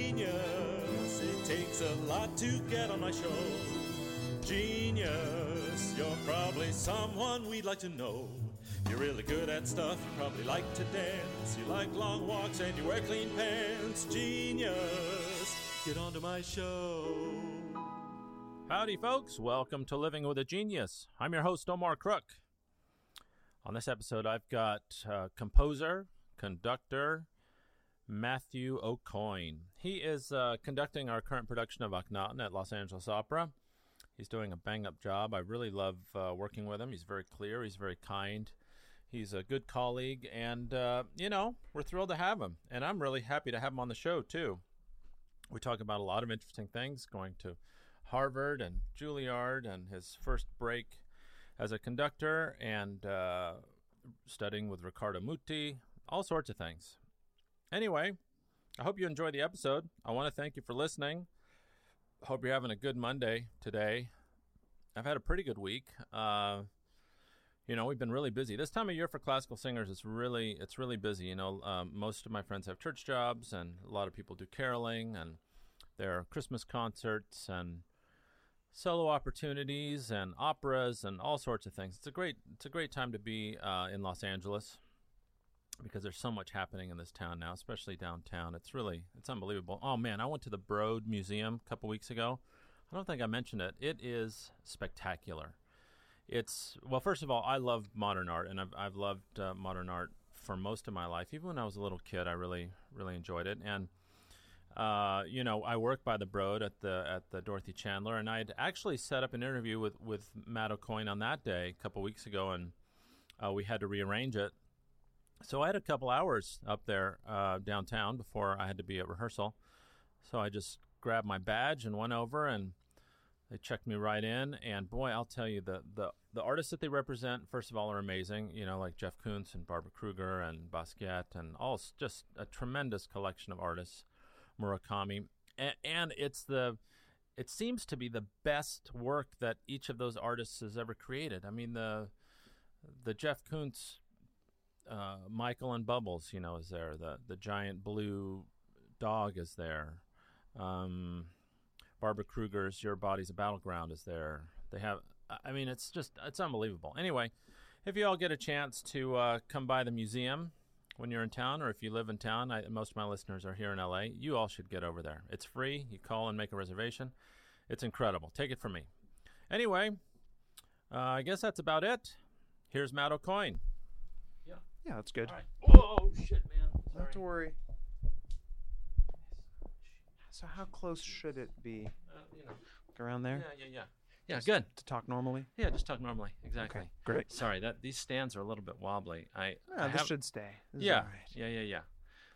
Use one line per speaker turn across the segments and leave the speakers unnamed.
genius. It takes a lot to get on my show. Genius, you're probably someone we'd like to know. You're really good at stuff, you probably like to dance. You like long walks and you wear clean pants. Genius, get onto my show.
Howdy, folks. Welcome to Living with a Genius. I'm your host, Omar Crook. On this episode, I've got uh, composer, conductor, Matthew O'Coin. He is uh, conducting our current production of Akhenaten at Los Angeles Opera. He's doing a bang up job. I really love uh, working with him. He's very clear, he's very kind. He's a good colleague, and, uh, you know, we're thrilled to have him. And I'm really happy to have him on the show, too. We talk about a lot of interesting things, going to Harvard and Juilliard and his first break as a conductor and uh, studying with Riccardo Muti, all sorts of things. Anyway, I hope you enjoy the episode. I want to thank you for listening. Hope you're having a good Monday today. I've had a pretty good week. Uh, you know, we've been really busy. This time of year for classical singers, it's really it's really busy. You know, um, most of my friends have church jobs, and a lot of people do caroling, and there are Christmas concerts and solo opportunities and operas and all sorts of things. It's a great it's a great time to be uh, in Los Angeles because there's so much happening in this town now, especially downtown. It's really it's unbelievable. Oh man, I went to the Broad Museum a couple weeks ago. I don't think I mentioned it. It is spectacular. It's well, first of all, I love modern art, and I've I've loved uh, modern art for most of my life. Even when I was a little kid, I really really enjoyed it. And uh, you know, I work by the Broad at the at the Dorothy Chandler, and I had actually set up an interview with with Matt O'Coin on that day a couple weeks ago, and uh, we had to rearrange it. So I had a couple hours up there uh, downtown before I had to be at rehearsal. So I just grabbed my badge and went over, and they checked me right in. And boy, I'll tell you, the the the artists that they represent, first of all, are amazing. You know, like Jeff Koons and Barbara Kruger and Basquiat, and all s- just a tremendous collection of artists. Murakami, and, and it's the it seems to be the best work that each of those artists has ever created. I mean the the Jeff Koons, uh, Michael and Bubbles, you know, is there. The the giant blue dog is there. Um, Barbara Kruger's Your Body's a Battleground is there. They have, I I mean, it's just, it's unbelievable. Anyway, if you all get a chance to uh, come by the museum when you're in town, or if you live in town, I, most of my listeners are here in LA, you all should get over there. It's free. You call and make a reservation. It's incredible. Take it from me. Anyway, uh, I guess that's about it. Here's Matt O'Coin.
Yeah, that's good.
Oh, shit, man.
Not to worry. So how close should it be? Like around there
Uh, yeah, yeah, yeah. Yeah, good.
to talk normally?
Yeah, just talk normally. Exactly.
Great.
Sorry, that these stands are a little bit wobbly. I,
Yeah,
I
this
have-
should stay. This is
yeah,
alright.
yeah, yeah, yeah.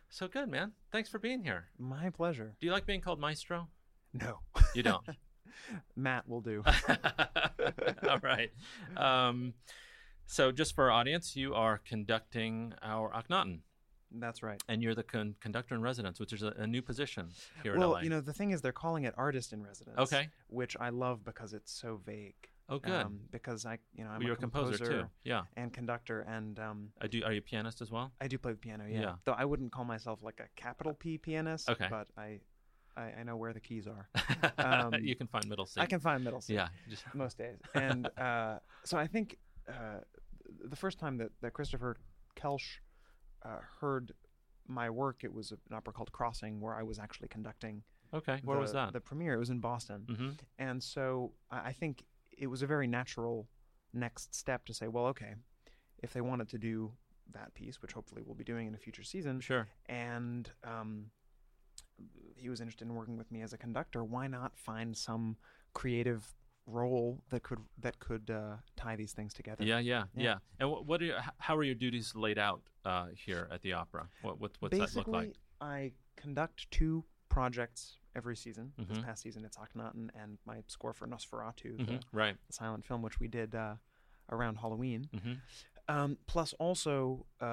So good, man. Thanks for being here.
My pleasure.
Do you like being called maestro?
No.
You don't.
Matt will do.
All right. Um, so, just for our audience, you are conducting our Akhenaten,
that's right.
and you're the con- conductor in residence, which is a, a new position here
Well,
at LA.
you know, the thing is they're calling it artist in residence.
Okay.
Which I love because it's so vague.
oh, good.
Um, because I, you know, I'm
Well, you're a composer, too. Yeah.
and conductor and um
I do. Are you a pianist as well?
I do play the piano, yeah.
Yeah.
Though I wouldn't call myself like a capital P pianist,
Okay.
but I, I I know where the keys are. Um,
you can find middle C.
I can find middle C.
Yeah. Just,
most days. And uh, so I think uh, the first time that, that Christopher Kelsch uh, heard my work, it was an opera called Crossing, where I was actually conducting.
okay. Where
the,
was that?
The premiere. It was in Boston.
Mhm.
And so I I think it was a very natural next step to say, well, okay, if they wanted to do that piece, which hopefully we'll be doing in a future season,
Sure.
and um, he was interested in working with me as a conductor. Why not find some creative role that could that could uh, tie these things together?
Yeah, yeah, yeah.
Yeah.
And what, what are your, h- how are your duties laid out uh, here at the opera? What what what's that look
Basically,
like?
I conduct two projects every season. This
Mhm.
past season, it's Akhenaten and my score for Nosferatu,
Mhm,
the
Right.
silent film, which we did uh, around Halloween.
hmm
um, plus also uh,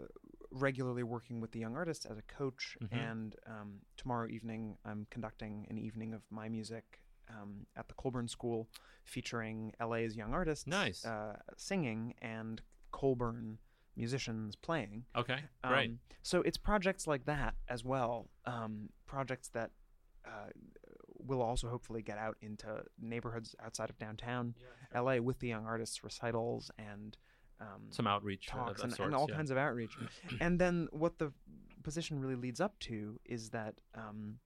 uh, regularly working with the young artists as a coach.
Mhm.
And um, tomorrow evening, I'm conducting an evening of my music um, at the Colburn School, featuring LA's young artists,
Nice.
uh, singing and Colburn musicians playing.
Okay. Right.
Um, So it's projects like that as well, um, projects that uh, will also hopefully get out into neighborhoods outside of downtown LA with the young artists recitals and um,
Some outreach of-
talks
of
and,
sorts,
and all
yeah.
kinds of outreach. and then what the position really leads up to is that um,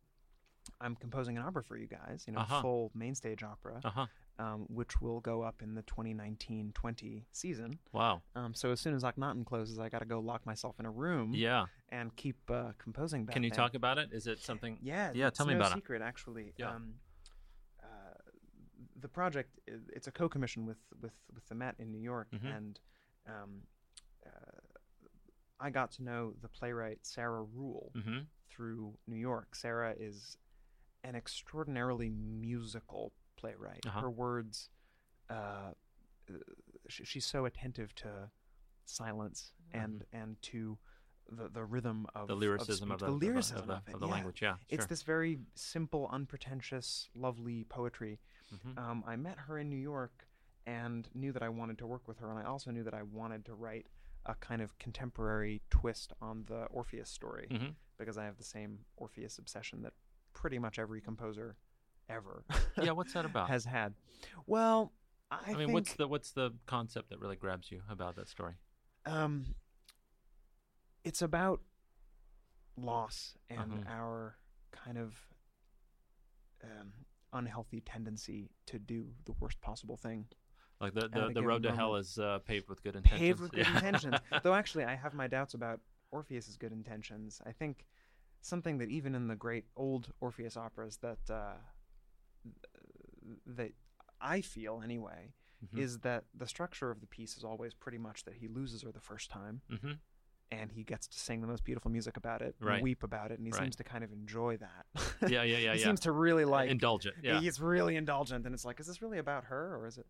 I'm composing an opera for you guys, you know,
Uh-huh.
full main stage opera,
Uh huh.
um, which will go up in the 2019-20 season.
Wow.
Um, so as soon as Akhenaten closes, I got to go lock myself in a room
Yeah.
and keep uh, composing. That
Can you
thing.
talk about it? Is it something?
Yeah,
Yeah.
it's
Tell me
no
about it.
secret, actually.
Yeah.
Um, uh, the project i- it's a co-commission with with with the Met in New York,
Mhm.
and um, uh, I got to know the playwright Sarah Rule
Mm-hmm.
through New York. Sarah is an extraordinarily musical playwright.
Uh-huh.
Her words, uh, sh she's so attentive to silence and and to the, the rhythm of
Mm-hmm. The
of
lyricism
speech,
of the,
the
of the-
lyricism
of the,
it,
of the
yeah.
language. Yeah.
It's
sure.
this very simple, unpretentious, lovely poetry.
Mhm.
Um, I met her in New York and knew that I wanted to work with her, and I also knew that I wanted to write a kind of contemporary twist on the Orpheus story
Mhm.
because I have the same Orpheus obsession that pretty much every composer ever
yeah. What's that about?
has had. Well, I,
I, mean,
think,
what's the what's the concept that really grabs you about that story?
um, it's about loss and
Uh-huh.
our kind of um, unhealthy tendency to do the worst possible thing.
Like the
a
the, the
given
road to hell is uh, paved with good intentions.
Paved with good
Yeah.
intentions. Though actually, I have my doubts about Orpheus's good intentions. I think something that even in the great old Orpheus operas that uh, th- that I feel anyway
Mhm.
is that the structure of the piece is always pretty much that he loses her the first time.
hmm
and he gets to sing the most beautiful music about it, and
Right.
weep about it, and he
Right.
seems to kind of enjoy that.
Yeah, yeah, yeah,
he
yeah.
seems to really like
Indulge it. Yeah.
He's really indulgent, and it's like, is this really about her, or is it?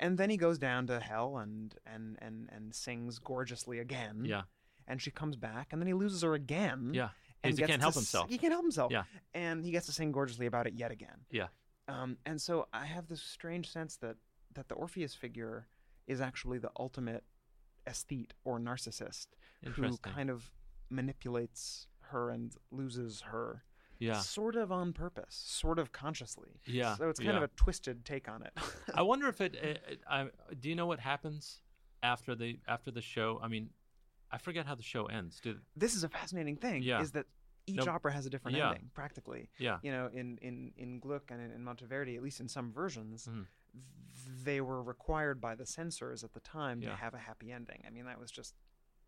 And then he goes down to hell and and and and sings gorgeously again.
Yeah.
And she comes back, and then he loses her again.
Yeah.
mm-hmm. And
Because he
gets
can't
to
help
s-
himself.
He can't help himself.
Yeah.
And he gets to sing gorgeously about it yet again.
Yeah.
Um, and so I have this strange sense that that the Orpheus figure is actually the ultimate aesthete or narcissist who
Interesting.
kind of manipulates her and loses her
Yeah.
sort of on purpose, sort of consciously.
Yeah,
So it's kind
yeah.
of a twisted take on it.
I wonder if it. it, it I, do you know what happens after the after the show? I mean, I forget how the show ends. Do
this is a fascinating thing
Yeah.
is that each
No,
opera has a different
yeah.
ending practically.
yeah.
You know, in in in Gluck and in, in Monteverdi, at least in some versions,
Mhm.
th- they were required by the censors at the time
Yeah.
to have a happy ending. I mean, that was just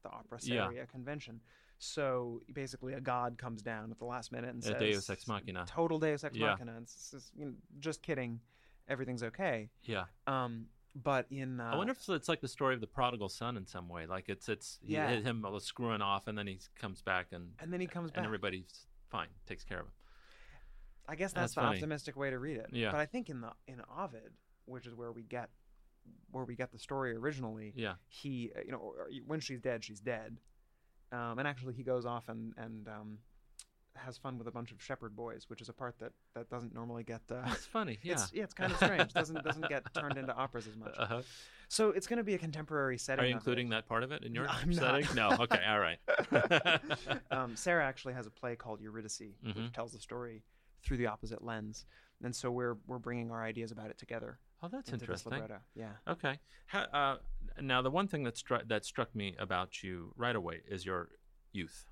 the opera
Yeah.
seria convention. So basically, a god comes down at the last minute and
A
says,
uh, Deus ex machina.
total Deus ex
Yeah.
machina. It's, it's, you know, just kidding, everything's okay."
Yeah.
Um, but in uh,
I wonder if it's like the story of the prodigal son in some way. Like it's it's he-
Yeah.
him screwing off, and then he comes back, and
and then he comes
and
back.
everybody's fine, takes care of him.
I guess
Oh, That's
that's, the
funny.
optimistic way to read it.
Yeah.
But I think in the in Ovid, which is where we get where we get the story originally,
Yeah.
he uh, you know or- or when she's dead, she's dead. Um, and actually, he goes off and and um, has fun with a bunch of shepherd boys, which is a part that that doesn't normally get. Uh,
That's funny. Yeah.
It's, yeah, it's kind of strange. doesn't doesn't get turned into operas as much.
Uh-huh.
So it's going to be a contemporary setting.
Are you
of it.
including that part of it in your
No, I'm
setting?
not.
No. Okay. All right.
um, Sarah actually has a play called Eurydice,
Mhm.
which tells the story through the opposite lens, and so we're we're bringing our ideas about it together
oh, that's
into this
interesting.
libretto. Yeah,
Okay. How, uh, now, the one thing that struck that struck me about you right away is your youth.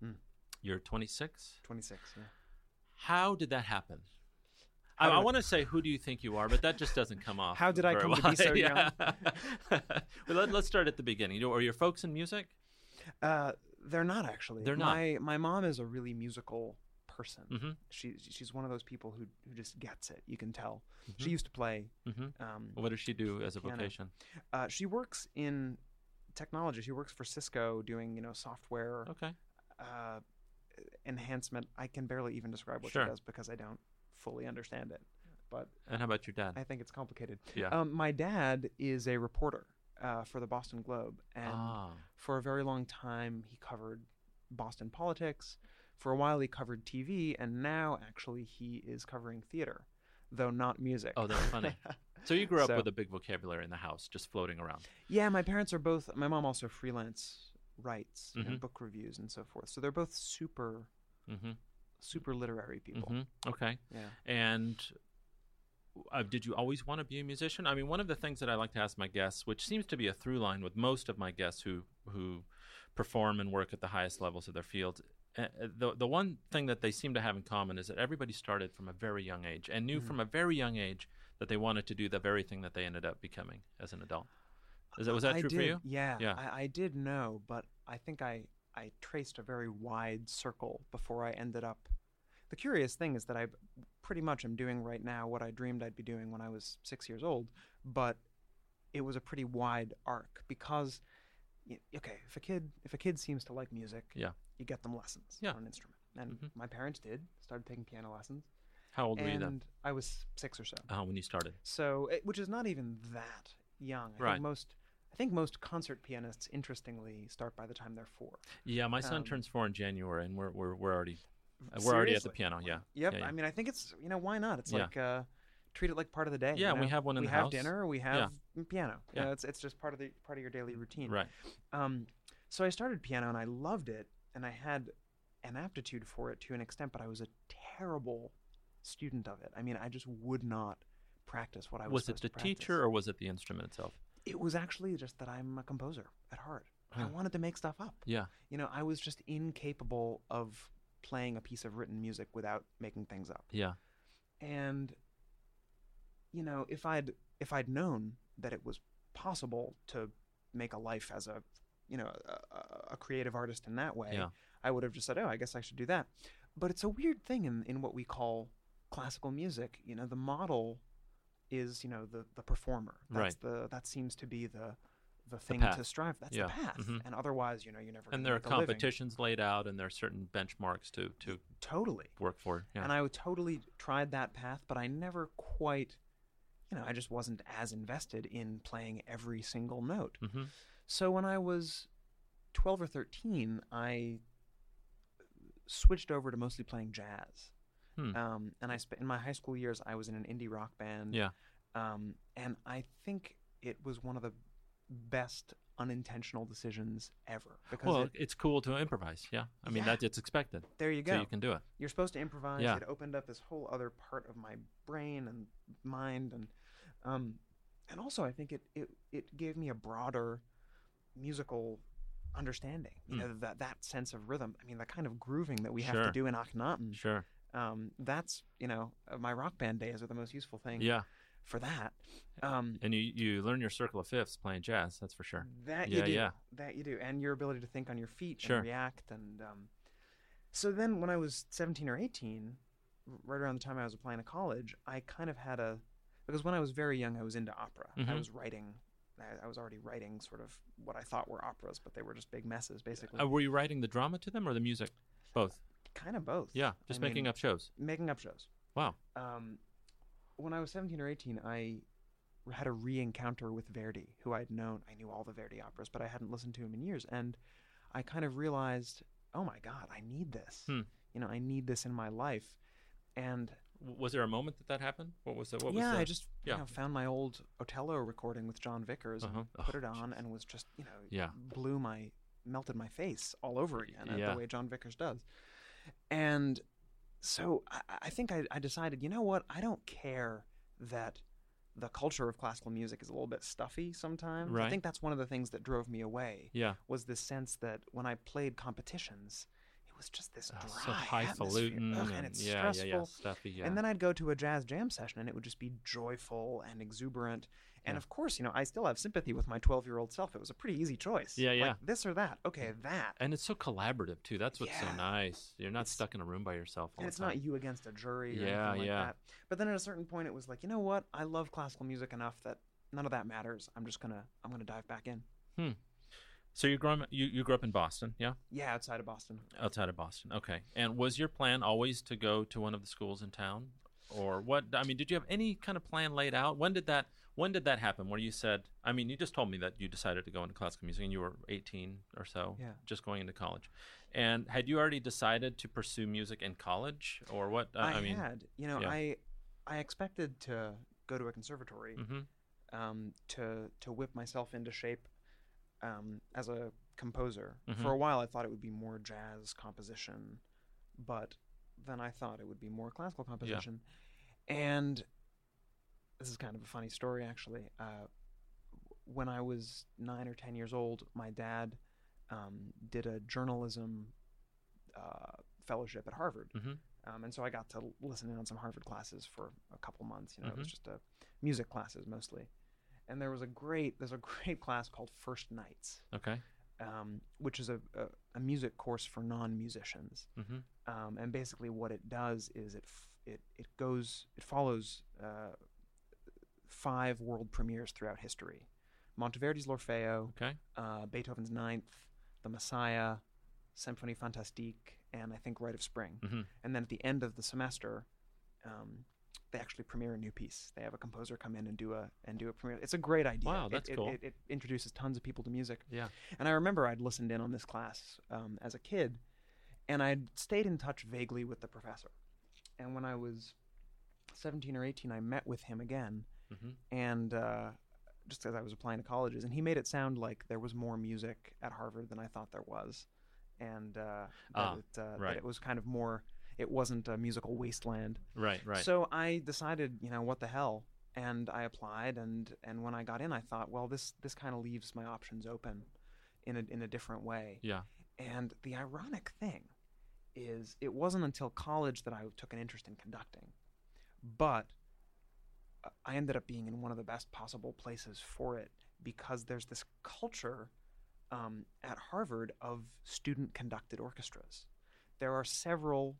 Hmm.
Mm.
You're 26.
twenty six. Yeah.
How did that happen?
How
I,
did
I
it-
want to say, who do you think you are? But that just doesn't come off.
How did I
very
come to be
well.
so
Yeah. well, let, us start at the beginning. You know, are your folks in music?
Uh, they're not actually.
They're not.
My my mom is a really musical person.
Mhm.
She she's one of those people who who just gets it. You can tell.
Mm-hmm.
She used to play.
hmm
Um,
What does she do as a
Piano.
vocation?
uh, she works in technology. She works for Cisco doing you know software
Okay.
uh, enhancement. I can barely even describe what
Sure.
she does because I don't fully understand it. But
And how about your dad?
I think it's complicated.
yeah.
Um, my dad is a reporter uh, for the Boston Globe, and
ah.
for a very long time he covered Boston politics. For a while he covered TV, and now actually he is covering theater. though not music.
Oh, that's funny. So you grew up
So-
with a big vocabulary in the house, just floating around.
Yeah, my parents are both. My mom also freelance writes you know,
Mhm.
book reviews and so forth. So they're both super,
hmm
super literary people.
hmm Okay.
Yeah.
And uh, did you always want to be a musician? I mean, one of the things that I like to ask my guests, which seems to be a through line with most of my guests who who perform and work at the highest levels of their fields, uh, uh, the the one thing that they seem to have in common is that everybody started from a very young age and
Mm-hmm.
knew from a very young age that they wanted to do the very thing that they ended up becoming as an adult. Is that was that
I
true
did,
for you?
Yeah,
Yeah.
I, I did know, but I think I I traced a very wide circle before I ended up. The curious thing is that I pretty much am doing right now what I dreamed I'd be doing when I was six years old, but it was a pretty wide arc because, y- okay, if a kid if a kid seems to like music,
Yeah.
you get them lessons
Yeah.
on an instrument, and
Mhm.
my parents did started taking piano lessons,
How old were you then?
and I was six or so.
Uh, when you started?
So, it, which is not even that young. I
Right.
Think most, I think most concert pianists, interestingly, start by the time they're four.
Yeah, my son
Um,
turns four in January, and we're we're we're already uh, we're already at the
Seriously?
piano. Yeah.
Yep.
Yeah, yeah.
I mean, I think it's you know why not? It's
Yeah.
like uh, treat it like part of the day.
Yeah,
you
we
know?
have one in
we
the
have
house.
dinner. We have piano.
Yeah.
Yeah. it's it's just part of the part of your daily routine.
Right.
Um, so I started piano and I loved it and I had an aptitude for it to an extent, but I was a terrible student of it. I mean, I just would not practice what I was.
was it
supposed
the
to practice.
teacher or was it the instrument itself?
it was actually just that I'm a composer at heart.
Huh.
I wanted to make stuff up.
Yeah.
You know, I was just incapable of playing a piece of written music without making things up.
Yeah.
And you know, if I'd if I'd known that it was possible to make a life as a you know a- a, a creative artist in that way,
Yeah.
I would have just said, "Oh, I guess I should do that." But it's a weird thing in in what we call classical music. You know, the model is you know the the performer. That's
Right.
The that seems to be the the thing
path.
to strive. That's
Yeah.
the path.
Mhm.
And otherwise, you know, you never.
And
gonna
there are
make a living.
competitions laid out and there are certain benchmarks to, to
Totally.
work for. Yeah.
And I would totally tried that path, but I never quite, you know, I just wasn't as invested in playing every single note.
Mhm.
So when I was 12 or 13, I switched over to mostly playing jazz.
Hmm.
Um, and I spent in my high school years, I was in an indie rock band.
Yeah.
Um, and I think it was one of the best unintentional decisions ever because
Well,
it-
it's cool to improvise. Yeah. I mean,
Yeah.
that it's expected.
there you go.
So you can do it.
You're supposed to improvise.
Yeah.
It opened up this whole other part of my brain and mind, and um, and also I think it it it gave me a broader musical understanding. You
Hmm.
know that that sense of rhythm. I mean, the kind of grooving that we have
Sure.
to do in Akhenaten.
Sure.
Um, that's you know uh, my rock band days are the most useful thing
Yeah.
for that. Um,
And you, you learn your circle of fifths playing jazz. That's for sure.
that
Yeah,
you do.
yeah.
That you do. And your ability to think on your feet
Sure.
and react. And um, so then when I was 17 or 18, r- right around the time I was applying to college, I kind of had a, because when I was very young, I was into opera. I
Mhm.
was writing, I, I was already writing sort of what I thought were operas, but they were just big messes, basically.
Uh, were you writing the drama to them or the music? Both.
kind of both.
Yeah. Just
I
making
mean-
up shows.
Making up shows.
Wow.
Um, when I was 17 or 18, I had a re-encounter with Verdi, who I'd known. I knew all the Verdi operas, but I hadn't listened to him in years, and I kind of realized, oh my God, I need this.
Hmm.
You know, I need this in my life. And
W- was there a moment that that happened? What was the, what
yeah,
was the,
I just
yeah.
you know, found my old Otello recording with John Vickers
Uh-huh.
and put
Oh,
it on, and was just you know
Yeah.
blew my melted my face all over again at
yeah.
the way John Vickers does. And so I, I think I, I decided, you know what, I don't care that the culture of classical music is a little bit stuffy sometimes.
Right.
I think that's one of the things that drove me away
yeah.
was this sense that when I played competitions, it was just this
Oh,
dry
so highfalutin.
highfalutin and,
and-
it's
yeah,
stressful.
yeah. Yeah. Stuffy. Yeah.
And then I'd go to a jazz jam session and it would just be joyful and exuberant. And
Yeah.
of course, you know, I still have sympathy with my 12 year old self. It was a pretty easy choice.
Yeah, yeah.
Like this or that. Okay, that.
And it's so collaborative too. That's what's so
Yeah.
nice. You're not
It's-
stuck in a room by yourself. All
And
the
it's
time.
not you against a jury or
Yeah,
anything like
yeah.
that. But then at a certain point, it was like, you know what? I love classical music enough that none of that matters. I'm just gonna, I'm gonna dive back in.
So you grew up, you, you grew up in Boston, yeah?
Yeah, outside of Boston.
Outside of Boston, okay. And was your plan always to go to one of the schools in town, or what? I mean, did you have any kind of plan laid out? When did that When did that happen? Where you said, I mean, you just told me that you decided to go into classical music, and you were 18 or so,
Yeah.
just going into college. And had you already decided to pursue music in college, or what? uh, I, I mean,
had, you know,
yeah.
I, I expected to go to a conservatory
hmm
um, to to whip myself into shape um, as a composer.
Mhm.
For a while, I thought it would be more jazz composition, but then I thought it would be more classical composition. And this is kind of a funny story, actually. Uh, when I was nine or ten years old, my dad um, did a journalism uh, fellowship at Harvard.
Mhm.
Um, and so I got to l- listen in on some Harvard classes for a couple months. You know, it was
Mhm.
just a music classes mostly. And there was a great there's a great class called First Nights,
Okay.
um, which is a, a, a music course for non musicians.
hmm
Um, and basically, what it does is it f- it it goes it follows uh, five world premieres throughout history: Monteverdi's L'Orfeo,
Okay.
uh, Beethoven's Ninth, The Messiah, Symphonie Fantastique, and I think Rite of Spring.
Mhm.
And then at the end of the semester, um, they actually premiere a new piece. They have a composer come in and do a and do a premiere. It's a great idea.
Wow,
It-
that's
it,
cool.
It, it introduces tons of people to music.
Yeah.
And I remember I'd listened in on this class um, as a kid, and I'd stayed in touch vaguely with the professor. And when I was 17 or 18, I met with him again,
Mhm.
and uh, just as I was applying to colleges, and he made it sound like there was more music at Harvard than I thought there was, and uh, that,
Ah,
it, uh,
right.
that it was kind of more. It wasn't a musical wasteland.
Right. Right.
So I decided, you know, what the hell, and I applied, and and when I got in, I thought, well, this this kind of leaves my options open, in a in a different way.
yeah.
And the ironic thing is, it wasn't until college that I took an interest in conducting, but uh, I ended up being in one of the best possible places for it because there's this culture um, at Harvard of student conducted orchestras. There are several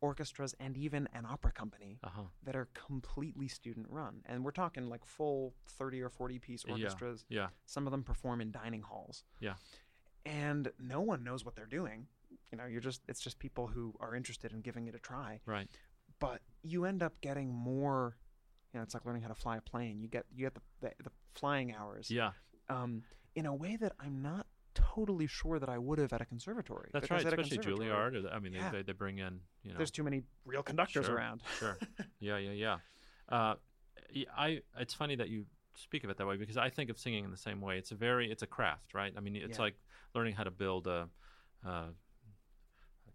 orchestras and even an opera company
Uh huh.
that are completely student run. And we're talking like full 30 or 40 piece orchestras.
Yeah.
Some of them perform in dining halls
Yeah.
and no one knows what they're doing. You know, you're just it's just people who are interested in giving it a try.
Right.
But you end up getting more. You know, it's like learning how to fly a plane. You get you get the the, the flying hours.
Yeah.
Um, in a way that I'm not totally sure that I would have at a conservatory.
That's
because
right.
at a
Especially
conservatory,
Juilliard. Or the, I mean,
Yeah.
they, they they bring in you know.
There's too many real conductors
Sure,
around.
sure. Yeah, yeah, yeah. Uh, y- I it's funny that you speak of it that way because I think of singing in the same way. It's a very it's a craft, right? I mean, it's
Yeah.
like learning how to build a, a, a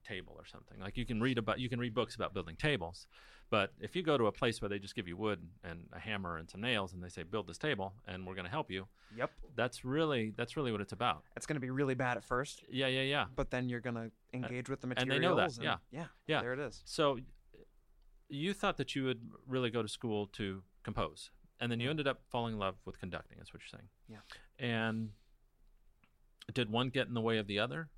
table or something. Like you can read about you can read books about building tables, but if you go to a place where they just give you wood and a hammer and some nails and they say build this table and we're going to help you,
Yep.
that's really that's really what it's about.
It's going to be really bad at first,
Yeah, yeah, yeah.
but then you're going to engage with the
and
materials.
they know that, yeah.
Yeah.
Yeah.
There it is.
So you thought that you would really go to school to compose, and then you ended up falling in love with conducting. Is what you're saying?
Yeah.
And did one get in the way of the other?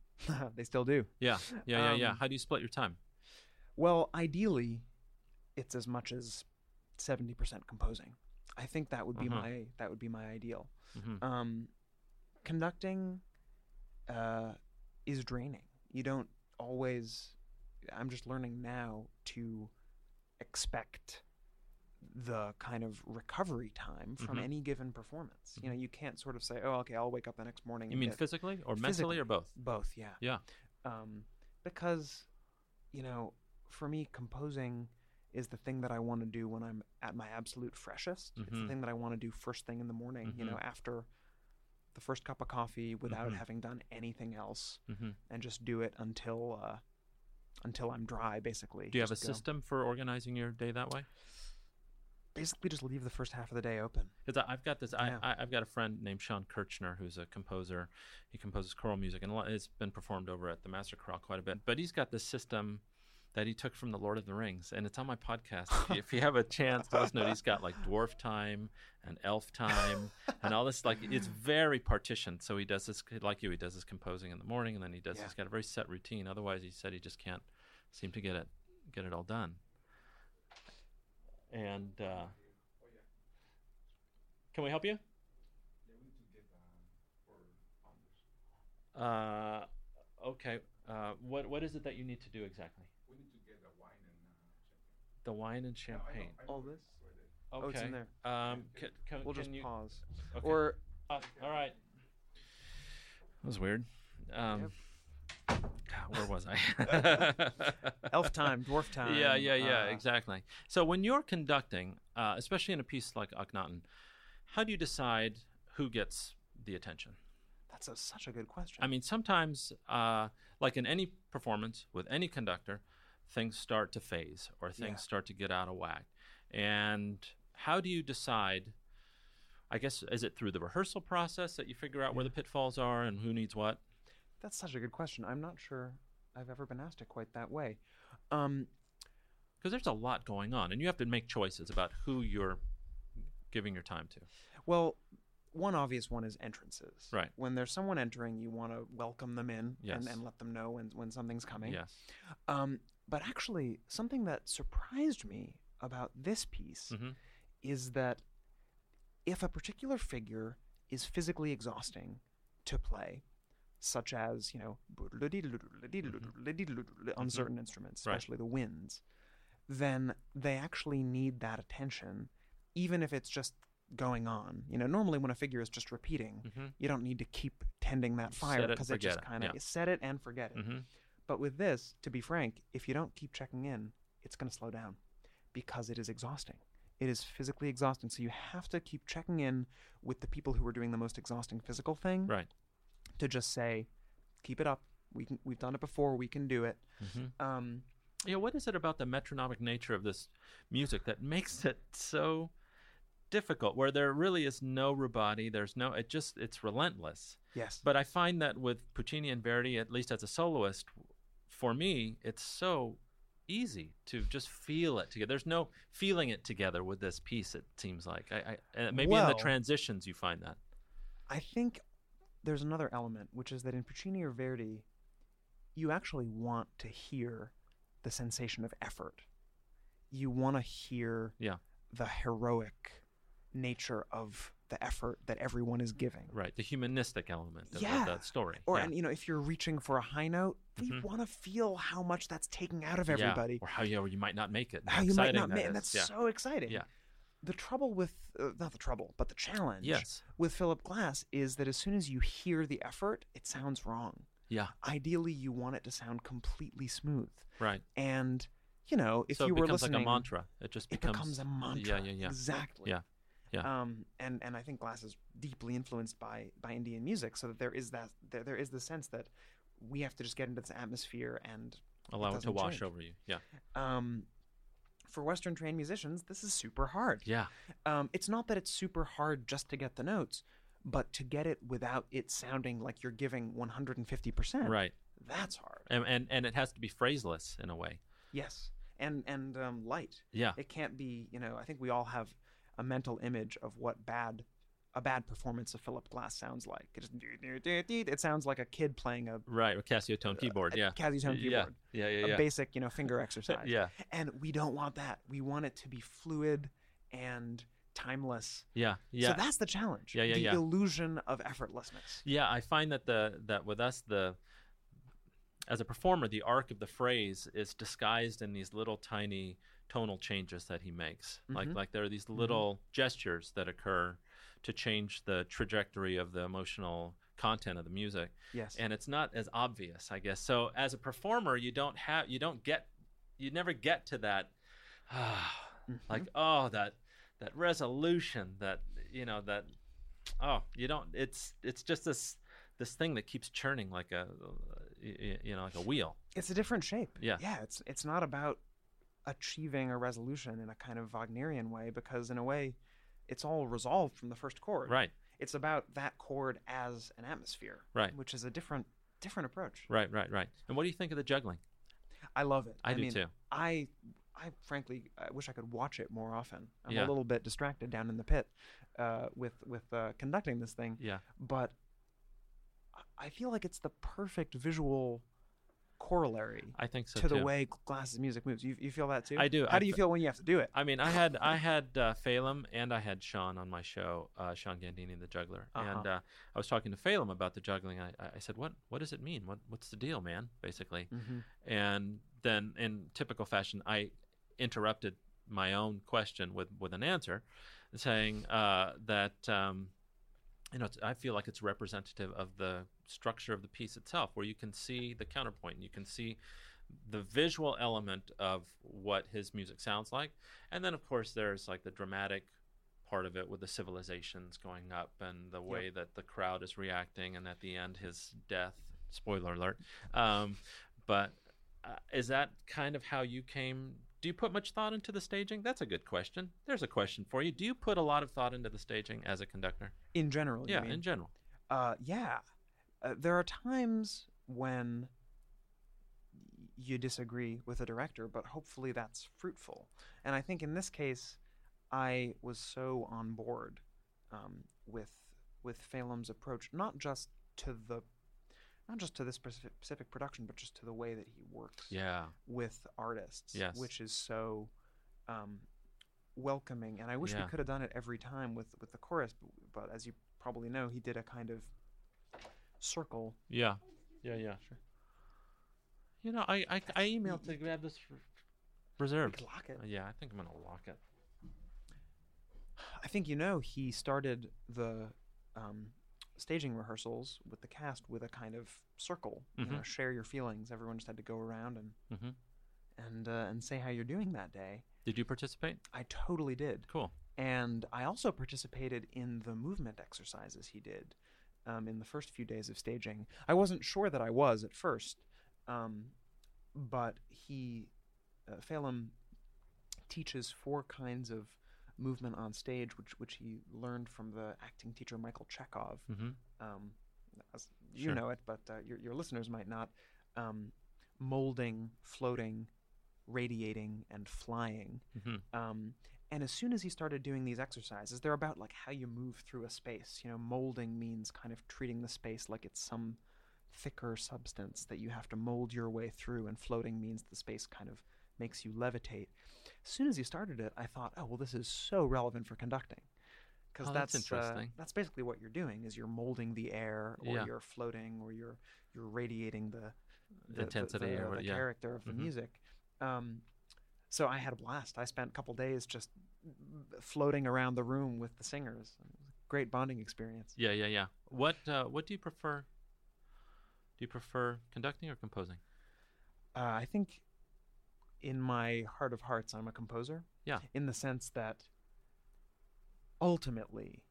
they still do.
Yeah, yeah, yeah, yeah.
Um,
How do you split your time?
Well, ideally, it's as much as seventy percent composing. I think that would be
Uh-huh.
my that would be my ideal.
Mhm.
Um, conducting uh, is draining. You don't always. I'm just learning now to expect the kind of recovery time from
Mhm.
any given performance. You know, you can't sort of say, "Oh, okay, I'll wake up the next morning."
Mm-hmm. You
and
mean
get-
physically or mentally or both?
both, yeah.
Yeah.
Um, because, you know, for me, composing is the thing that I want to do when I'm at my absolute freshest. It's the
Mhm.
thing that I want to do first thing in the morning, you
Mm-hmm.
know, after the first cup of coffee without
Mhm.
having done anything else
hmm
and just do it until, uh, until I'm dry, basically.
Do you have a
Just go.
system for organizing your day that way?
Basically, just leave the first half of the day open.
Because I've got this, I
Yeah.
I, I've got a friend named Sean Kirchner who's a composer. He composes choral music and a lot- it's been performed over at the Master Chorale quite a bit. But he's got this system that he took from the Lord of the Rings, and it's on my podcast. If you- if you have a chance to listen to it, he's got like dwarf time and elf time and all this. Like it's very partitioned. So he does this like you. He does his composing in the morning, and then he does.
Yeah.
He's got a very set routine. Otherwise, he said he just can't seem to get it get it all done. And uh, can we help you? Uh, okay. Uh, what what is it that you need to do exactly? The wine and champagne.
All this?
Okay.
Oh, it's in there.
Um, can, can,
We'll
can
just
you,
pause.
okay.
Or
Uh, all right. That was weird. Um, God, where was I?
elf time, dwarf time.
yeah, yeah, yeah,
uh,
exactly. So when you're conducting, uh, especially in a piece like Akhenaten, how do you decide who gets the attention?
That's a, such a good question.
I mean, sometimes, uh, like in any performance with any conductor, things start to phase or things
Yeah.
start to get out of whack. And how do you decide? I guess is it through the rehearsal process that you figure out where the pitfalls are and who needs what?
That's such a good question. I'm not sure I've ever been asked it quite that way. Um,
Because there's a lot going on, and you have to make choices about who you're giving your time to.
well, one obvious one is entrances.
Right.
When there's someone entering, you want to welcome them in
Yes.
and, and let them know when, when something's coming.
Yes.
Um, but actually, something that surprised me about this piece
Mhm.
is that if a particular figure is physically exhausting to play, such as, you know, on certain instruments,
Mm-hmm. Right.
especially the winds, then they actually need that attention, even if it's just going on. You know, normally when a figure is just repeating,
Mhm.
you don't need to keep tending that fire
Set it and
because it, just
forget it,
kind of
yeah.
set it and forget it.
hmm
But with this, to be frank, if you don't keep checking in, it's going to slow down because it is exhausting. It is physically exhausting. So you have to keep checking in with the people who are doing the most exhausting physical thing
Right.
to just say, keep it up. We can, we've done it before. We can do it.
Mhm.
Um,
Yeah, what is it about the metronomic nature of this music that makes it so difficult? Where there really is no ribati, there's no it just it's relentless.
yes.
But I find that with Puccini and Verdi, at least as a soloist, for me, it's so easy to just feel it together. There's no feeling it together with this piece. It seems like I, I uh, maybe in
Well-
the transitions you find that.
I think there's another element, which is that in Puccini or Verdi, you actually want to hear the sensation of effort. You want to hear
Yeah,
the heroic nature of the effort that everyone is giving.
right. The humanistic element of,
Yeah.
of that story.
Or
yeah.
and you know, if you're reaching for a high note, we
Mhm.
want to feel how much that's taking out of
Yeah,
everybody.
or how you, or you might not make it.
How you might
exciting
not
that
make
is.
and that's
yeah.
so exciting.
Yeah.
The trouble with uh, not the trouble, but the challenge
Yes.
with Philip Glass is that as soon as you hear the effort, it sounds wrong.
yeah.
Ideally, you want it to sound completely smooth.
Right.
And you know, if
so
you
it
were
becomes
listening,
like a mantra. It just
it
becomes,
becomes a mantra.
Yeah, yeah, yeah.
Exactly.
Yeah. Yeah.
Um, and and I think Glass is deeply influenced by by Indian music, so that there is that there, there is the sense that we have to just get into this atmosphere and
Allow it, to
doesn't
wash
change.
over you. Yeah.
um, for Western trained musicians, this is super hard.
Yeah.
Um, it's not that it's super hard just to get the notes, but to get it without it sounding like you're giving 150 percent.
Right.
That's hard.
And, and and it has to be phraseless in a way.
Yes. And and um, light.
Yeah.
it can't be you know i think we all have a mental image of what bad a bad performance of philip glass sounds like it, just, it sounds like a kid playing a,
right. A Casio tone keyboard.
a
Yeah.
Casio tone
Yeah.
keyboard
Yeah. Yeah.
a
Yeah.
basic you know finger exercise
Yeah.
and we don't want that we want it to be fluid and timeless
Yeah. Yeah.
so that's the challenge
Yeah, yeah,
the
yeah.
illusion of effortlessness
Yeah, I find that the that with us the as a performer, the arc of the phrase is disguised in these little tiny tonal changes that he makes. Like
Mhm.
like there are these little gestures that occur to change the trajectory of the emotional content of the music.
yes
And it's not as obvious, I guess. So as a performer, you don't have you don't get you never get to that ah,
Mm-hmm.
like oh that that resolution that you know that oh you don't it's it's just this this thing that keeps churning like a uh, y- y- you know like a wheel
it's a different shape.
Yeah.
Yeah, it's it's not about achieving a resolution in a kind of Wagnerian way because in a way it's all resolved from the first chord.
right
It's about that chord as an atmosphere.
Right.
Which is a different different approach.
right right right and what do you think of the juggling
I love it.
I do
mean,
too.
I I frankly I wish I could watch it more often. I'm
Yeah.
a little bit distracted down in the pit uh, with with uh, conducting this thing,
yeah
but I- I feel like it's the perfect visual corollary
i think so
to the
too.
way Glass's music moves. You, you feel that too?
I do.
How
I
do you
fe-
feel when you have to do it?
I mean, I had I had uh, Phelim and I had Sean on my show, uh, Sean Gandini, the juggler,
Uh-huh.
and uh, I was talking to Phelim about the juggling. I, I said, "What what does it mean? What what's the deal, man?" Basically,
Mm-hmm.
and then in typical fashion, I interrupted my own question with with an answer, saying uh, that. Um, you know, it's, I feel like it's representative of the structure of the piece itself, where you can see the counterpoint, and you can see the visual element of what his music sounds like. And then, of course, there's like the dramatic part of it with the civilizations going up and the way that the crowd is reacting, and at the end, his death. Spoiler alert. Um, but uh, is that kind of how you came? Do you put much thought into the staging? That's a good question. There's a question for you. Do you put a lot of thought into the staging as a conductor?
in general. you
yeah,
mean?
in general.
uh, yeah, uh, there are times when y- you disagree with a director, but hopefully that's fruitful. And I think in this case, I was so on board um, with with Phelim's approach, not just to the not just to this specific specific production, but just to the way that he works
Yeah.
with artists,
Yes.
which is so um, welcoming. And I wish
Yeah.
we could have done it every time with with the chorus, but, but as you probably know, he did a kind of circle.
Yeah. Yeah, yeah, sure. You know, I I, I emailed to grab this for
We
reserved.
could lock it.
Uh, Yeah, I think I'm gonna lock it.
I think you know he started the um, staging rehearsals with the cast with a kind of circle. You know,
Mhm.
share your feelings. Everyone just had to go around and
hmm
and uh, and say how you're doing that day.
Did you participate?
I totally did.
Cool.
And I also participated in the movement exercises he did um, in the first few days of staging. I wasn't sure that I was at first, um, but he, uh, Phelim, teaches four kinds of movement on stage, which which he learned from the acting teacher Michael Chekhov.
Mm-hmm.
Um, as you
Sure.
know it, but uh, your your listeners might not. Um, molding, floating, radiating, and flying.
Mm-hmm.
Um, and as soon as he started doing these exercises, they're about like how you move through a space. You know, molding means kind of treating the space like it's some thicker substance that you have to mold your way through, and floating means the space kind of makes you levitate. As soon as he started it, I thought, oh well, this is so relevant for conducting. Because
Oh, that's
that's uh,
interesting.
that's basically what you're doing is you're molding the air, or
Yeah.
you're floating, or you're you're radiating the the- the-
Intensity
the,
or what-
the
yeah.
character of the
Mhm.
music. Um, so I had a blast. I spent a couple days just floating around the room with the singers. It was a great bonding experience.
Yeah, yeah, yeah. What uh, what do you prefer? Do you prefer conducting or composing?
Uh, I think, in my heart of hearts, I'm a composer.
Yeah.
In the sense that, ultimately,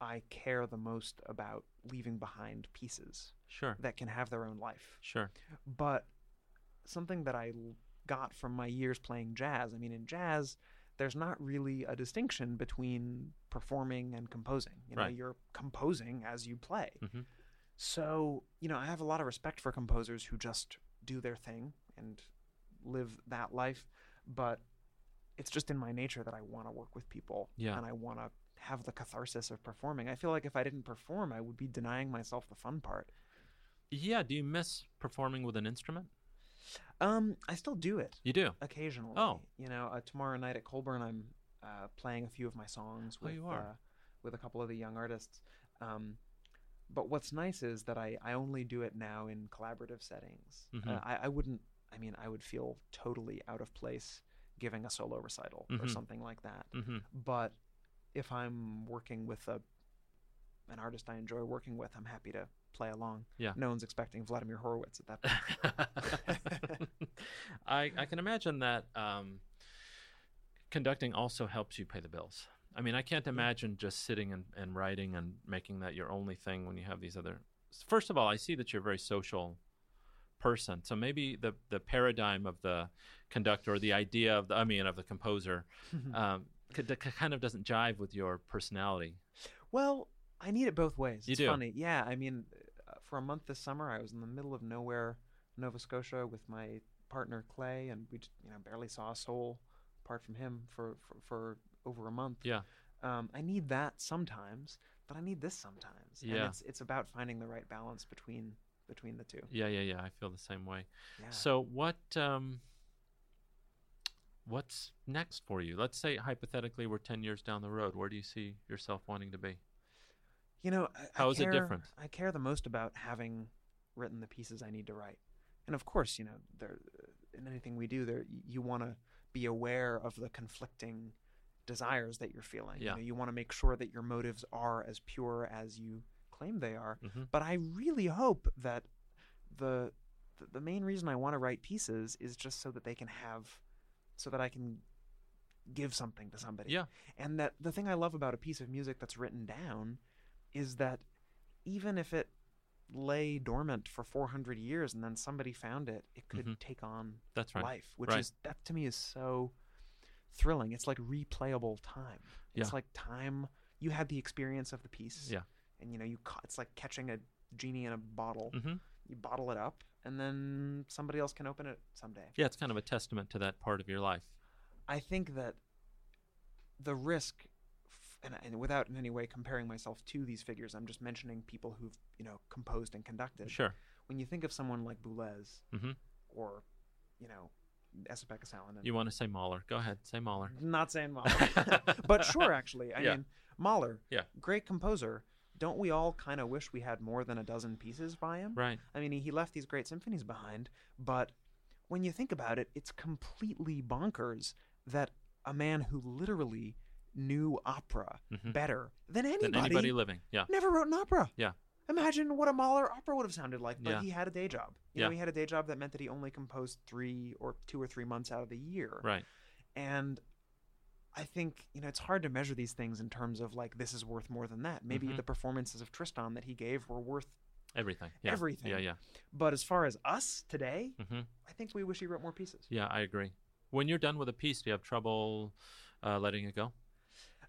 I care the most about leaving behind pieces
Sure,
that can have their own life.
sure.
but something that I l- got from my years playing jazz. I mean, in jazz, there's not really a distinction between performing and composing. You know,
Right.
you're composing as you play.
Mhm.
So, you know, I have a lot of respect for composers who just do their thing and live that life, but it's just in my nature that I want to work with people
Yeah.
and I want to have the catharsis of performing. I feel like if I didn't perform, I would be denying myself the fun part.
Yeah. Do you miss performing with an instrument?
Um, I still do it.
You do.
occasionally.
Oh.
you know, uh, tomorrow night at Colburn, I'm uh, playing a few of my songs
Oh,
with
you
Uh,
are.
with a couple of the young artists. Um, but what's nice is that I, I only do it now in collaborative settings. Uh,
Mhm.
I, I wouldn't. I mean, I would feel totally out of place giving a solo recital or
Mhm.
something like that.
Mm-hmm.
But if I'm working with a an artist I enjoy working with, I'm happy to play along.
Yeah.
No one's expecting Vladimir Horowitz at that point.
I I can imagine that um, conducting also helps you pay the bills. I mean, I can't imagine just sitting and, and writing and making that your only thing when you have these other. First of all, I see that you're a very social person, so maybe the the paradigm of the conductor or the idea of the I mean of the composer um, c- d- c- kind of doesn't jive with your personality.
Well, I need it both ways.
You
it's
do.
funny. Yeah, I mean, uh, for a month this summer, I was in the middle of nowhere, Nova Scotia, with my partner Clay, and we, j- you know, barely saw a soul apart from him for for, for over a month.
Yeah.
Um, I need that sometimes, but I need this sometimes. And
Yeah.
it's it's about finding the right balance between between the two.
Yeah, yeah, yeah. I feel the same way.
Yeah.
So what um what's next for you? Let's say hypothetically we're 10 years down the road. Where do you see yourself wanting to be?
You know, I,
How
I
is it
care-
different?
I care the most about having written the pieces I need to write, and of course, you know, there uh, in anything we do, there y- you want to be aware of the conflicting desires that you're feeling.
Yeah.
You, know, you want to make sure that your motives are as pure as you claim they are.
Mhm.
But I really hope that the the, the main reason I want to write pieces is just so that they can have, so that I can give something to somebody.
Yeah.
And that the thing I love about a piece of music that's written down is that even if it lay dormant for 400 years and then somebody found it, it could
Mhm.
take on
That's right.
life, which
Right.
is that to me is so thrilling. It's like replayable time. It's
Yeah.
like time you had the experience of the piece.
Yeah.
And you know you ca- it's like catching a genie in a bottle.
hmm
You bottle it up and then somebody else can open it someday.
Yeah, it's kind of a testament to that part of your life.
I think that the risk, f- and, and without in any way comparing myself to these figures, I'm just mentioning people who've you know composed and conducted.
Sure.
When you think of someone like Boulez
Mhm.
or you know Esapekasalen,
You want to say Mahler? Go ahead, say Mahler.
not saying Mahler, but sure, actually, I
Yeah.
mean Mahler,
Yeah.
great composer. Don't we all kind of wish we had more than a dozen pieces by him?
Right.
I mean, he left these great symphonies behind, but when you think about it, it's completely bonkers that a man who literally knew opera
Mhm.
better than anybody,
Than anybody living. Yeah.
never wrote an opera.
Yeah.
Imagine what a Mahler opera would have sounded like, but
Yeah.
he had a day job. You
Yeah.
know, he had a day job that meant that he only composed three or two or three months out of the year.
Right.
And I think, you know, it's hard to measure these things in terms of like, this is worth more than that. Maybe
Mhm.
the performances of Tristan that he gave were worth
Everything. Yeah.
Everything.
Yeah. Yeah.
but as far as us today,
hmm
I think we wish he wrote more pieces.
Yeah, I agree. When you're done with a piece, do you have trouble uh, letting it go?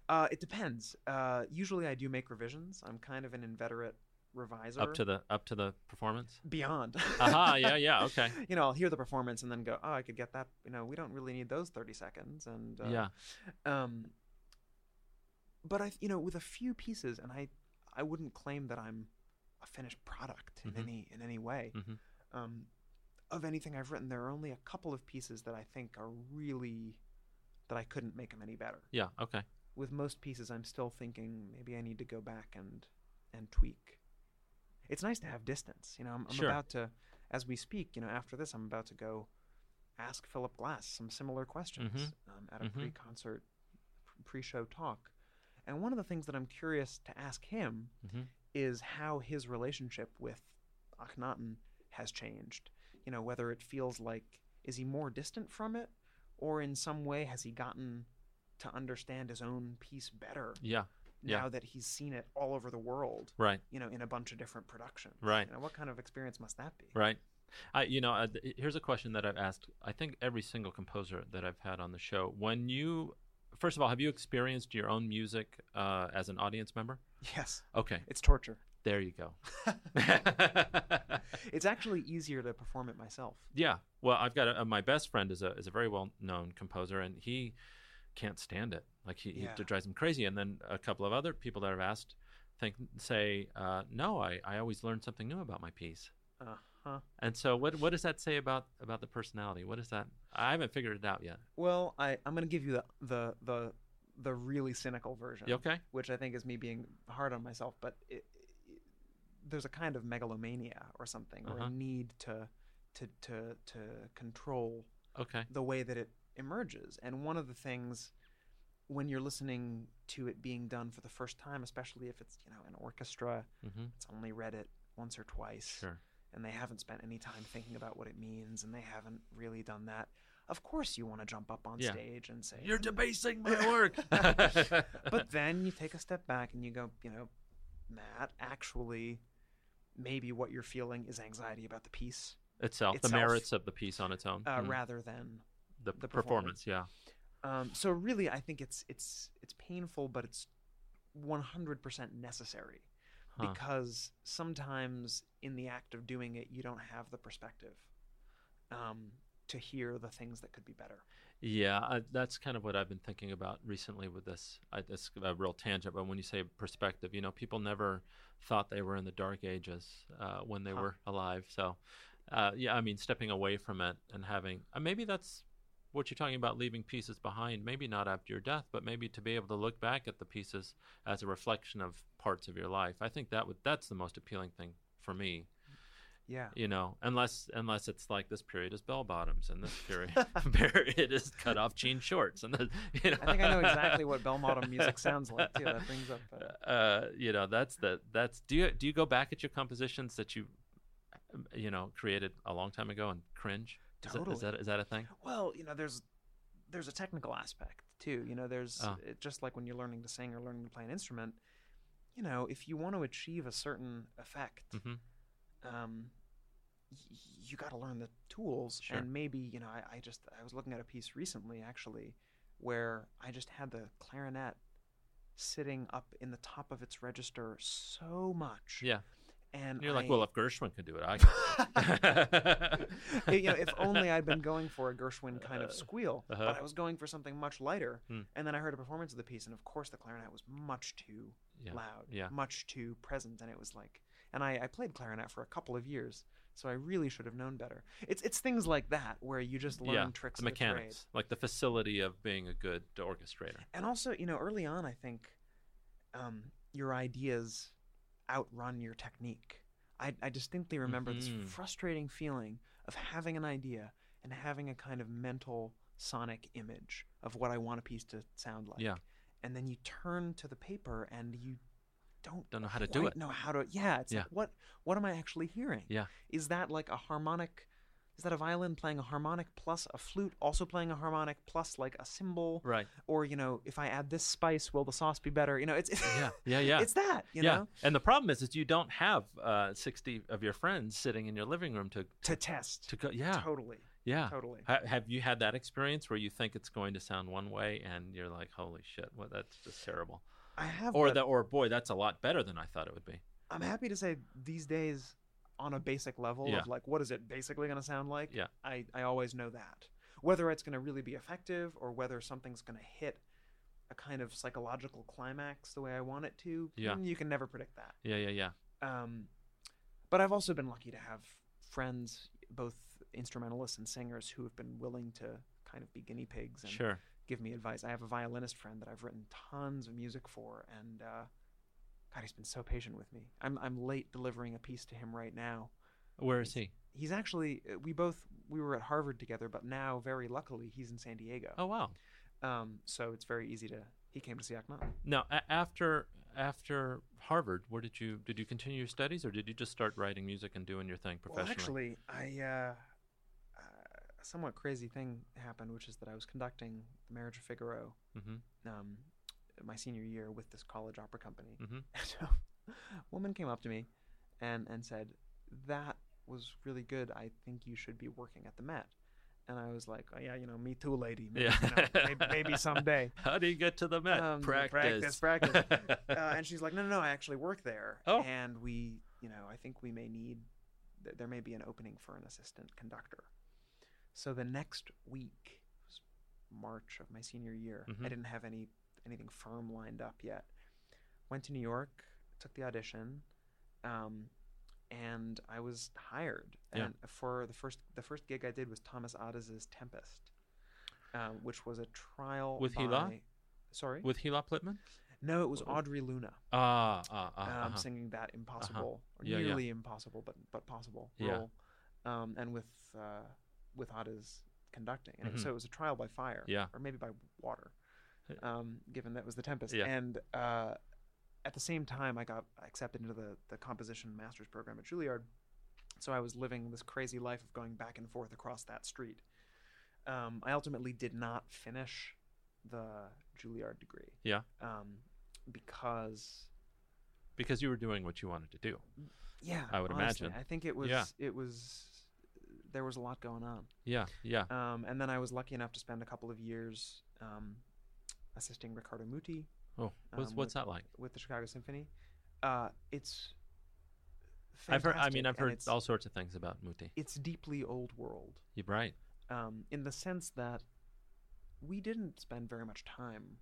Uh, it depends. Uh, usually, I do make revisions. I'm kind of an inveterate reviser.
Up to the up to the performance.
beyond.
Aha. Yeah. Yeah. Okay.
You know, I'll hear the performance and then go, "Oh, I could get that." You know, we don't really need those thirty seconds. And uh,
yeah.
Um, but I, you know, with a few pieces, and I, I wouldn't claim that I'm a finished product in
Mhm.
any in any way.
Mhm.
Um, of anything I've written, there are only a couple of pieces that I think are really that I couldn't make them any better.
Yeah. Okay.
with most pieces I'm still thinking maybe I need to go back and and tweak. It's nice to have distance, you know. I'm, I'm
Sure.
about to, as we speak, you know, after this, I'm about to go ask Philip Glass some similar questions um, at a
Mhm.
pre-concert, pre-show talk, and one of the things that I'm curious to ask him
Mhm.
is how his relationship with Akhenaten has changed. You know, whether it feels like is he more distant from it, or in some way has he gotten to understand his own piece better
Yeah. Yeah.
now that he's seen it all over the world,
Right.
you know, in a bunch of different productions.
Right.
You know, what kind of experience must that be?
Right. I, you know, uh, th- here's a question that I've asked. I think every single composer that I've had on the show. When you, first of all, have you experienced your own music uh, as an audience member?
Yes.
Okay,
It's torture.
there you go.
It's actually easier to perform it myself.
yeah. Well, I've got a, my best friend is a is a very well known composer, and he can't stand it. Like he,
Yeah.
he drives him crazy. And then a couple of other people that I've asked think say, uh, no, I, I always learn something new about my piece.
Uh huh.
And so, what what does that say about about the personality? What is that? I haven't figured it out yet.
Well, I, I'm going to give you the, the, the, the really cynical version,
You okay?
which I think is me being hard on myself, but it, it, there's a kind of megalomania or something, or
Uh-huh.
a need to, to, to, to control
Okay.
the way that it emerges. And one of the things when you're listening to it being done for the first time, especially if it's, you know, an orchestra,
Mm-hmm.
it's only read it once or twice
Sure.
and they haven't spent any time thinking about what it means and they haven't really done that. Of course you want to jump up on
Yeah.
stage and say
You're debasing my work.
but then you take a step back and you go, you know, Matt, actually maybe what you're feeling is anxiety about the piece
itself, the
itself.
merits of the piece on its own,
uh,
Mm.
rather than
the,
the
performance.
performance.
Yeah.
Um, so really, I think it's it's it's painful, but it's one hundred percent necessary
Huh.
because sometimes in the act of doing it, you don't have the perspective um, to hear the things that could be better.
Yeah, I, that's kind of what I've been thinking about recently with this. I, it's a real tangent, but when you say perspective, you know, people never thought they were in the dark ages uh, when they
Huh.
were alive. So, uh, yeah, I mean, stepping away from it and having uh, maybe that's what you're talking about leaving pieces behind, maybe not after your death, but maybe to be able to look back at the pieces as a reflection of parts of your life. I think that would that's the most appealing thing for me
Yeah,
you know, unless unless it's like this period is bell bottoms and this period period is cut off jean shorts and the, you know.
I think I know exactly what bell bottom music sounds like too. That brings up. Uh,
Uh, you know, that's the that's do you do you go back at your compositions that you you know, created a long time ago and cringe? Is that-
Totally.
Is that, is that a thing?
Well, you know, there's there's a technical aspect too. You know, there's
Oh.
it, just like when you're learning to sing or learning to play an instrument. You know, if you want to achieve a certain effect,
hmm
um, y- y- you got to learn the tools.
Sure.
And maybe you know, I, I just I was looking at a piece recently actually, where I just had the clarinet sitting up in the top of its register so much.
Yeah.
and
You're like,
I-
well, if Gershwin could do it, I can.
you know, if only I'd been going for a Gershwin kind of squeal,
uh-huh.
but I was going for something much lighter.
Hmm.
And then I heard a performance of the piece, and of course the clarinet was much too
Yeah,
loud,
yeah.
much too present, and it was like, and I, I played clarinet for a couple of years, so I really should have known better. It's it's things like that where you just learn
yeah,
tricks,
the
of trade.
mechanics, like the facility of being a good orchestrator.
and also you know early on, I think, um, your ideas outrun your technique. I, I distinctly remember
Mhm.
this frustrating feeling of having an idea and having a kind of mental sonic image of what I want a piece to sound like.
Yeah.
And then you turn to the paper and you don't
Don't know how to do
quite
it.
Know how to? Yeah. It's
Yeah.
like what what am I actually hearing?
Yeah.
Is that like a harmonic? Is that a violin playing a harmonic plus a flute also playing a harmonic plus like a cymbal?
Right.
Or you know, if I add this spice, will the sauce be better? You know, it's
Yeah. Yeah. Yeah.
it's that you
yeah.
know
And the problem is, is you don't have uh, 60 of your friends sitting in your living room to,
to test.
to go. Yeah.
Totally,
Yeah.
totally.
Ha- have you had that experience where you think it's going to sound one way and you're like, holy shit, well, that's just terrible?
I have.
Or
but
that, or boy, that's a lot better than I thought it would be.
I'm happy to say these days, on a basic level
Yeah.
of like, what is it basically going to sound like?
Yeah.
I I always know that whether it's going to really be effective or whether something's going to hit a kind of psychological climax the way I want it to.
Yeah.
mm, You can never predict that.
Yeah. Yeah. Yeah.
Um, but I've also been lucky to have friends, both instrumentalists and singers, who have been willing to kind of be guinea pigs and
Sure.
give me advice. I have a violinist friend that I've written tons of music for, and uh, God, he's been so patient with me. I'm I'm late delivering a piece to him right now.
Where is he?
He's actually uh, we both we were at Harvard together, but now very luckily he's in San Diego.
Oh, wow.
Um, so it's very easy to he came to see Akhenaten.
Now, a- after after Harvard, where did you did you continue your studies, or did you just start writing music and doing your thing
Well,
professionally?
actually, I uh, uh, a somewhat crazy thing happened, which is that I was conducting the Marriage of Figaro
hmm
um, my senior year with this college opera company.
Mhm.
And a woman came up to me and, and said, That was really good. I think you should be working at the Met. And I was like, Oh, yeah, you know, me too, lady. Maybe, you know, maybe, maybe someday.
How do you get to the Met?
Um,
practice,
practice, practice. Uh, and she's like, No, no, no, I actually work there.
Oh.
And we, you know, I think we may need, th- there may be an opening for an assistant conductor. So the next week, it was March of my senior year,
Mhm.
I didn't have any anything firm lined up yet. Went to New York, took the audition, um, and I was hired.
Yeah.
And for the first the first gig I did was Thomas Addis's Tempest, um, which was a trial
With
by,
Hela?
Sorry,
With Hila Plitman?
no, it was
w-
Audrey Luna
Ah, ah, ah.
um,
uh-huh.
singing that impossible, or
Yeah, yeah.
nearly impossible, but but possible
Yeah.
role, um, and with uh, with Ada's conducting, and it-
Mhm.
so it was a trial by fire,
Yeah.
or maybe by water,
Yeah.
um, given that was the Tempest,
Yeah.
and uh, at the same time, I got accepted into the the composition master's program at Juilliard, so I was living this crazy life of going back and forth across that street. Um, I ultimately did not finish the Juilliard degree.
Yeah.
Um, because
because you were doing what you wanted to do.
yeah,
I would
honestly,
imagine.
I think it was
Yeah.
it was there was a lot going on.
Yeah, yeah.
Um, and then I was lucky enough to spend a couple of years um, assisting Riccardo Muti
Oh, what's what's
um, with-
that like?
with the Chicago Symphony. Uh, it's
I've heard. I
fantastic,
mean, I've
and
heard
it's,
all sorts of things about Muti.
it's deeply old world
You're right.
um, in the sense that we didn't spend very much time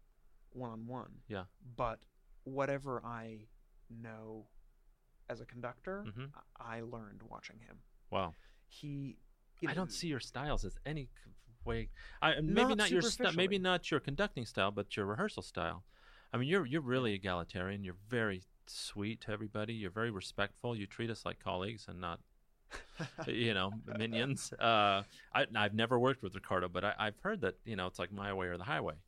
one on one.
Yeah.
But whatever I know as a conductor,
Mhm.
I I learned watching him.
Wow.
he
I don't see your styles as any c- way. I maybe not,
Not
your sti- maybe
superficially.
not your conducting style, but your rehearsal style. I mean, you're you're really egalitarian. You're very sweet to everybody. You're very respectful. You treat us like colleagues and not, you know, minions. Uh, I, I've never worked with Ricardo, but I, I've heard that you know it's like my way or the highway.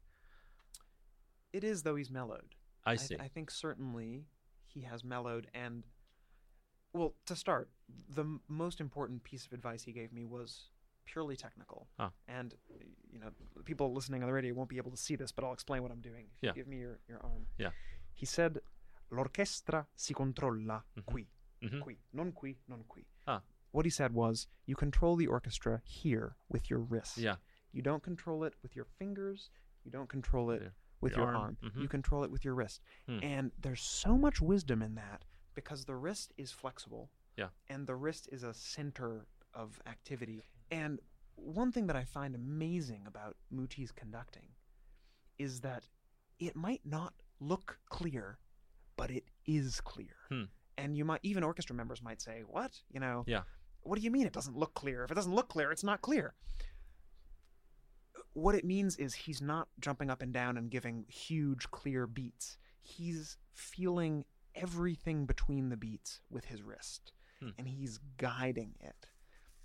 it is though he's mellowed
I see.
I, think certainly he has mellowed and well, to start, the m- most important piece of advice he gave me was purely technical.
Huh.
And you know, people listening on the radio won't be able to see this, but I'll explain what I'm doing. If
Yeah.
you give me your, your arm.
Yeah.
He said l'orchestra si controlla qui.
Mhm.
Qui, non qui, non qui.
Ah.
What he said was you control the orchestra here with your wrist.
Yeah.
You don't control it with your fingers. You don't control it
Your-
with
your
your,
arm.
arm.
Mhm.
You control it with your wrist.
Hmm.
And there's so much wisdom in that because the wrist is flexible
Yeah.
and the wrist is a center of activity. And one thing that I find amazing about Muti's conducting is that it might not look clear, but it is clear.
Hmm.
And you might even orchestra members might say, "What? You know,
Yeah.
what do you mean it doesn't look clear? If it doesn't look clear, it's not clear." What it means is he's not jumping up and down and giving huge clear beats. He's feeling everything between the beats with his wrist
Hmm.
and he's guiding it.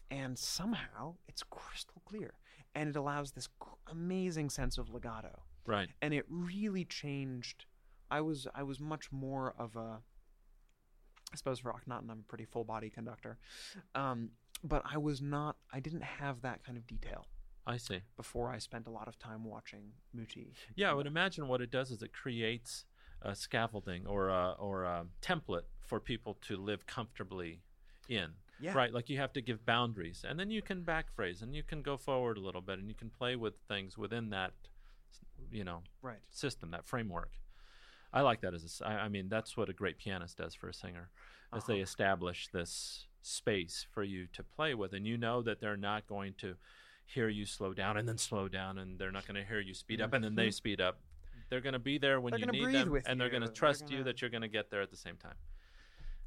And somehow it's crystal clear and it allows this cr- amazing sense of legato
Right.
and it really changed. I was I was much more of a, I suppose for Akhenaten I'm a pretty full body conductor, um, but I was not. I didn't have that kind of detail
I see.
before I spent a lot of time watching Muti.
Yeah, I would imagine what it does is it creates a scaffolding or a, or a template for people to live comfortably in.
Yeah.
Right, like you have to give boundaries, and then you can backphrase, and you can go forward a little bit, and you can play with things within that, you know,
Right.
system, that framework. I like that as a s I I mean, that's what a great pianist does for a singer, as they
Uh-huh.
establish this space for you to play with, and you know that they're not going to hear you slow down and then slow down, and they're not going to hear you speed up and then they speed up. They're going to be there when
Mm-hmm. They're
you
gonna
need
breathe
them,
with
and they're going to
you. They're
trust you
gonna-
that you're going to get there at the same time.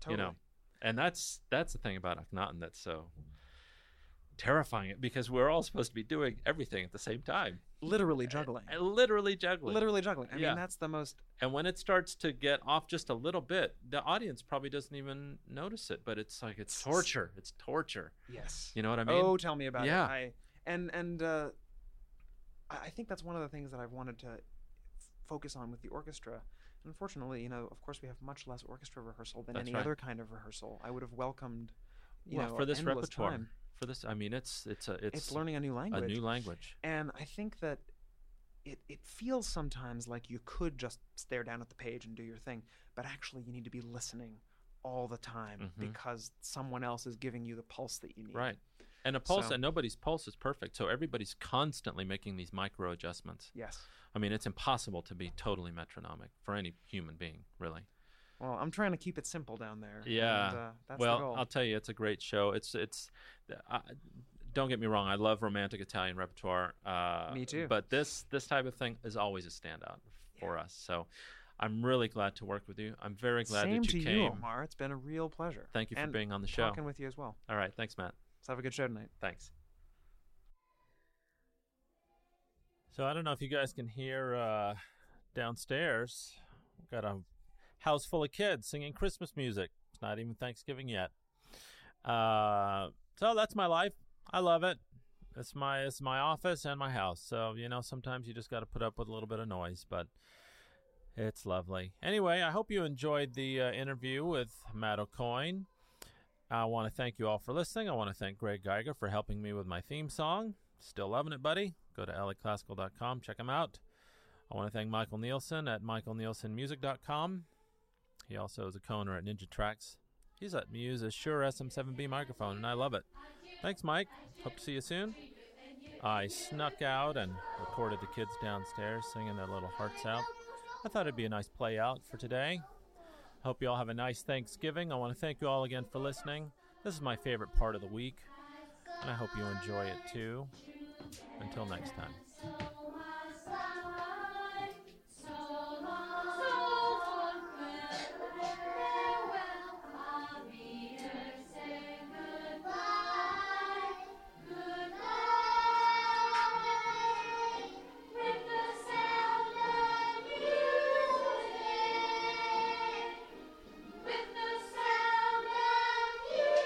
Totally.
You know, and that's that's the thing about Akhenaten that's so terrifying, because we're all supposed to be doing everything at the same time,
literally juggling.
and Eh, literally juggling.
Literally juggling. I
Yeah.
mean, that's the most.
And when it starts to get off just a little bit, the audience probably doesn't even notice it. But it's like it's torture. It's torture.
Yes.
You know what I mean?
oh, tell me about
Yeah.
it. I, and and uh, I I think that's one of the things that I've wanted to f- focus on with the orchestra. Unfortunately, you know, of course, we have much less orchestra rehearsal than
That's
any
right.
other kind of rehearsal. I would have welcomed, you
well,
know,
for this
endless
repertoire,
time.
for this, I mean, it's it's a it's,
It's, learning a new
a
language.
new language.
And I think that it, it feels sometimes like you could just stare down at the page and do your thing, but actually you need to be listening all the time
Mhm.
because someone else is giving you the pulse that you need.
Right. And a pulse,
So-
and nobody's pulse is perfect. So everybody's constantly making these micro adjustments.
Yes.
I mean, it's impossible to be totally metronomic for any human being, really.
Well, I'm trying to keep it simple down there.
Yeah.
And, uh, that's
well,
the goal.
I'll tell you, it's a great show. It's it's. I, don't get me wrong. I love romantic Italian repertoire. Uh,
Me too.
But this this type of thing is always a standout for us. So, I'm really glad to work with you. I'm very glad
Same
that you
to
came.
you, Omar. It's been a real pleasure.
Thank you for
And
being on the show.
Talking with you as well.
All right. Thanks, Matt.
Let's have a good show tonight.
Thanks. So I don't know if you guys can hear uh, downstairs. We've got a house full of kids singing Christmas music. It's not even Thanksgiving yet. Uh, so that's my life. I love it. It's my it's my office and my house. So you know sometimes you just got to put up with a little bit of noise, but it's lovely. Anyway, I hope you enjoyed the uh, interview with Matt O'Coin. I want to thank you all for listening. I want to thank Greg Geiger for helping me with my theme song. Still loving it, buddy. Go to laclassical.com, check him out. I want to thank Michael Nielsen at michaelnielsenmusic.com. He also is a coner at Ninja Tracks. He's let me use a Shure SM7B microphone, and I love it. Thanks, Mike. Hope to see you soon. I snuck out and recorded the kids downstairs singing their little hearts out. I thought it'd be a nice play out for today. Hope you all have a nice Thanksgiving. I want to thank you all again for listening. This is my favorite part of the week, and I hope you enjoy it too. Until next time.
With the sound of music.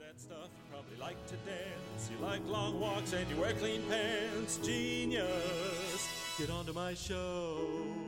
that stuff you probably like to dance. You like long walks and you wear clean pants. Genius, get onto my show.